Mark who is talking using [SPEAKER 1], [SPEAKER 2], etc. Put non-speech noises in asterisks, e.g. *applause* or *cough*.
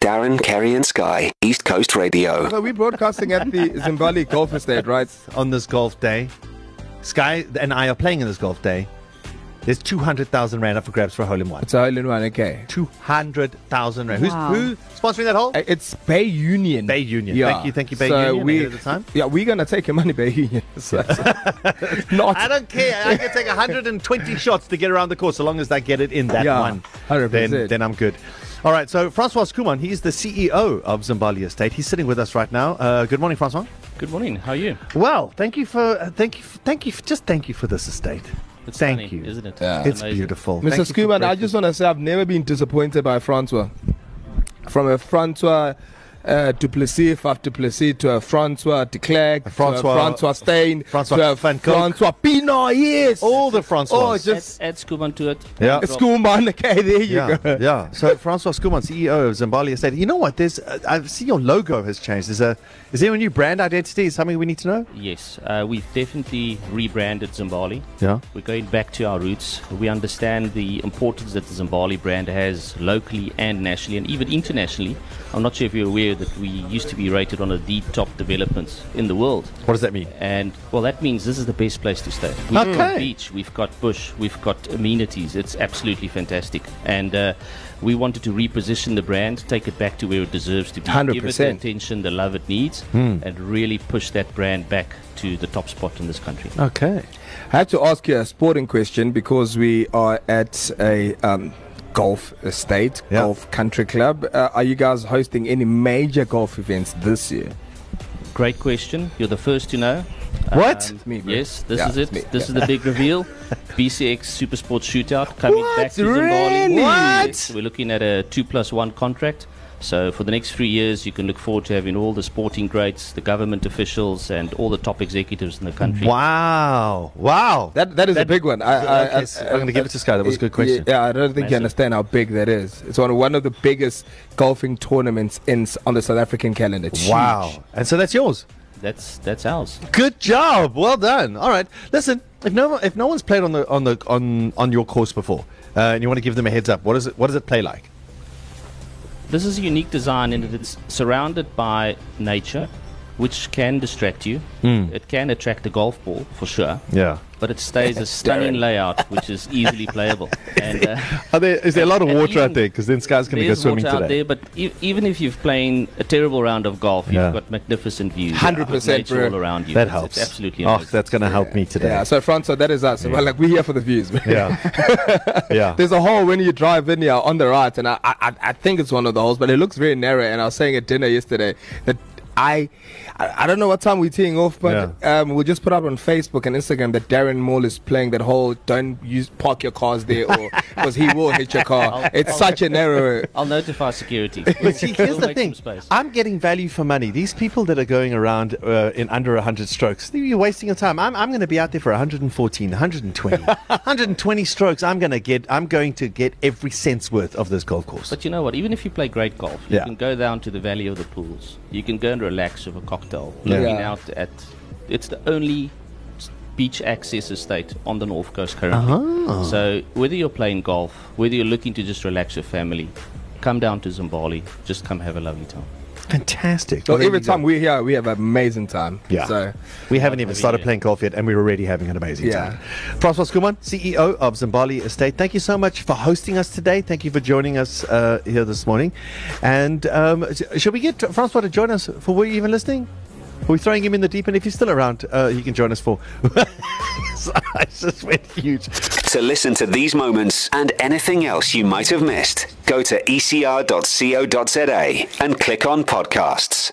[SPEAKER 1] Darren, Kerry, and Sky, East Coast Radio.
[SPEAKER 2] So we're broadcasting at the Zimbali Golf Estate, right?
[SPEAKER 3] on this golf day. Sky and I are playing in this golf day. There's 200,000 Rand up for grabs for a hole in one.
[SPEAKER 2] It's a hole in one, okay.
[SPEAKER 3] 200,000 Rand.
[SPEAKER 4] Wow.
[SPEAKER 3] Who's, who's sponsoring that hole?
[SPEAKER 2] Uh, It's Bay Union.
[SPEAKER 3] Bay Union. Thank you, thank you, Bay
[SPEAKER 2] so
[SPEAKER 3] Union,
[SPEAKER 2] We,
[SPEAKER 3] ahead of the time.
[SPEAKER 2] Yeah, we're gonna take your money, Bay
[SPEAKER 3] *laughs*
[SPEAKER 2] Union. So, not
[SPEAKER 3] I don't care. I can
[SPEAKER 2] *laughs*
[SPEAKER 3] take 120 shots to get around the course, so long as I get it in that
[SPEAKER 2] Yeah,
[SPEAKER 3] one.
[SPEAKER 2] 100%.
[SPEAKER 3] Then, then I'm good. All right. So Francois Kuman, he's the CEO of Zimbabwe Estate. He's sitting with us right now. Uh, good morning, Francois.
[SPEAKER 5] Good morning. How are you?
[SPEAKER 3] Well, thank you for uh, thank you f- thank you f- just thank you for this estate.
[SPEAKER 5] It's
[SPEAKER 3] thank
[SPEAKER 5] stunning,
[SPEAKER 3] you.
[SPEAKER 5] isn't it?
[SPEAKER 2] Yeah.
[SPEAKER 3] It's
[SPEAKER 5] amazing.
[SPEAKER 3] beautiful, Thank you
[SPEAKER 2] Mr.
[SPEAKER 3] for
[SPEAKER 2] Scuban, I
[SPEAKER 3] breaking-
[SPEAKER 2] just want to say I've never been disappointed by Francois. From a Francois uh, Duplessis, Faf Duplessis, to a Francois de Klerk, to
[SPEAKER 3] Francois-
[SPEAKER 2] a Francois Stein,
[SPEAKER 3] Francois
[SPEAKER 2] to a
[SPEAKER 3] van Cooke.
[SPEAKER 2] Francois Pinot, yes!
[SPEAKER 3] all the Francois.
[SPEAKER 2] Oh, just-
[SPEAKER 5] Add, add Scuban to it.
[SPEAKER 3] Yeah.
[SPEAKER 5] Drop.
[SPEAKER 2] Scuban, *laughs* okay, there you
[SPEAKER 3] yeah,
[SPEAKER 2] go.
[SPEAKER 3] yeah. So Francois Schumann, CEO of Zimbabwe Estate. You know what? There's, uh, I've seen your logo has changed. Is a, is there a new brand identity? Is something we need to know?
[SPEAKER 5] Yes, uh, we've definitely rebranded Zimbali.
[SPEAKER 3] Yeah.
[SPEAKER 5] We're going back to our roots. We understand the importance that the Zimbali brand has locally and nationally, and even internationally. I'm not sure if you're aware that we used to be rated one of the top developments in the world.
[SPEAKER 3] What does that mean?
[SPEAKER 5] And well, that means this is the best place to stay. We've
[SPEAKER 3] Okay.
[SPEAKER 5] got beach, we've got bush, we've got amenities. It's absolutely fantastic. And uh, we wanted to reposition the brand, take it back to where it deserves to be, give it the
[SPEAKER 2] 100%.
[SPEAKER 5] attention, the love it needs, and really push that brand back to the top spot in this country.
[SPEAKER 3] Okay.
[SPEAKER 2] I had to ask you a sporting question because we are at a um, golf estate,
[SPEAKER 3] Yeah.
[SPEAKER 2] golf country club. Uh, are you guys hosting any major golf events this year?
[SPEAKER 5] Great question. You're the first to know.
[SPEAKER 3] What?
[SPEAKER 5] Um,
[SPEAKER 2] me, bro.
[SPEAKER 5] yes, this
[SPEAKER 2] Yeah,
[SPEAKER 5] is it.
[SPEAKER 2] it's me.
[SPEAKER 5] This is the big reveal.
[SPEAKER 2] *laughs*
[SPEAKER 5] BCX Super Sports Shootout coming
[SPEAKER 2] What?
[SPEAKER 5] back to
[SPEAKER 2] Really?
[SPEAKER 5] Zimbabwe.
[SPEAKER 2] What?
[SPEAKER 5] Yes, we're looking at a two plus one contract. So for the next three years, you can look forward to having all the sporting greats, the government officials, and all the top executives in the country.
[SPEAKER 3] Wow. Wow.
[SPEAKER 2] That that is a big one. I, I,
[SPEAKER 3] okay, so uh, I'm gonna give it to Sky. That was a good question.
[SPEAKER 2] Yeah, I don't think you
[SPEAKER 5] Massive.
[SPEAKER 2] understand how big that is. It's one of, one of the biggest golfing tournaments in s- on the South African calendar. It's
[SPEAKER 3] wow.
[SPEAKER 2] huge.
[SPEAKER 3] And so that's yours.
[SPEAKER 5] That's that's ours.
[SPEAKER 3] Good job. Well done. All right. Listen, if no one- if no one's played on the on the on on your course before, uh, and you want to give them a heads up, what is it? What does it play like?
[SPEAKER 5] This is a unique design in that it's surrounded by nature, which can distract you.
[SPEAKER 2] Hmm.
[SPEAKER 5] It can attract a golf ball for sure.
[SPEAKER 3] Yeah.
[SPEAKER 5] But it stays
[SPEAKER 2] *laughs*
[SPEAKER 5] a stunning layout, which is easily playable. And uh,
[SPEAKER 3] Are there is there a lot of
[SPEAKER 5] And
[SPEAKER 3] water out
[SPEAKER 5] even-
[SPEAKER 3] there? Because then Sky's going to go
[SPEAKER 5] there's
[SPEAKER 3] swimming
[SPEAKER 5] water out
[SPEAKER 3] today.
[SPEAKER 5] there, but e- even if you're playing a terrible round of golf, you've
[SPEAKER 3] Yeah.
[SPEAKER 5] got magnificent views,
[SPEAKER 2] 100%
[SPEAKER 5] nature all
[SPEAKER 2] bro.
[SPEAKER 5] around you.
[SPEAKER 3] That
[SPEAKER 5] It's-
[SPEAKER 3] helps.
[SPEAKER 5] It's absolutely.
[SPEAKER 3] Oh,
[SPEAKER 5] amazing.
[SPEAKER 3] that's going to help me today.
[SPEAKER 2] Yeah, so Francois, that is us. Well, like we're here for the views. man. *laughs*
[SPEAKER 3] Yeah. yeah.
[SPEAKER 2] There's a hole when you drive in here on the right, and I, I I- I think it's one of the holes, but it looks very narrow. And I was saying at dinner yesterday that. I, I I don't know what time we're teeing off, but um, we'll just put up on Facebook and Instagram that Darren Moore is playing that whole don't use park your cars there or because he will hit your car. It's such a narrow
[SPEAKER 5] I'll notify security.
[SPEAKER 3] *laughs* But see, here's
[SPEAKER 5] We'll
[SPEAKER 3] the
[SPEAKER 5] make some
[SPEAKER 3] thing.
[SPEAKER 5] space.
[SPEAKER 3] I'm getting value for money. These people that are going around uh, in under 100 strokes, you're wasting your time. I'm, I'm going to be out there for 114,
[SPEAKER 2] *laughs*
[SPEAKER 3] 120, 120 strokes. I'm going to get. I'm going to get every cent's worth of this golf course.
[SPEAKER 5] But you know what? Even if you play great golf, you
[SPEAKER 3] Yeah.
[SPEAKER 5] can go down to the Valley of the Pools. You can go and relax with a cocktail, looking
[SPEAKER 2] Yeah.
[SPEAKER 5] out at. It's the only s- beach access estate on the north coast currently.
[SPEAKER 3] Uh-huh.
[SPEAKER 5] So whether you're playing golf, whether you're looking to just relax your family, come down to Zimbali. Just come have a lovely time.
[SPEAKER 3] Fantastic.
[SPEAKER 2] So
[SPEAKER 3] Well, there
[SPEAKER 2] every
[SPEAKER 3] you go.
[SPEAKER 2] time we're here, we have an amazing time.
[SPEAKER 3] Yeah.
[SPEAKER 2] So
[SPEAKER 3] we haven't even
[SPEAKER 5] Lovely,
[SPEAKER 3] started
[SPEAKER 5] yeah.
[SPEAKER 3] playing golf yet, and we're already having an amazing
[SPEAKER 2] Yeah.
[SPEAKER 3] time. Francois Kuman, CEO of Zimbali Estate, thank you so much for hosting us today. Thank you for joining us uh, here this morning. And um, s- shall we get Francois to join us for Were You Even Listening? Are we throwing him in the deep? And if he's still around, uh, he can join us for. *laughs* I just went huge.
[SPEAKER 1] To listen to these moments and anything else you E might have missed, go to ecr.co.za and click on podcasts.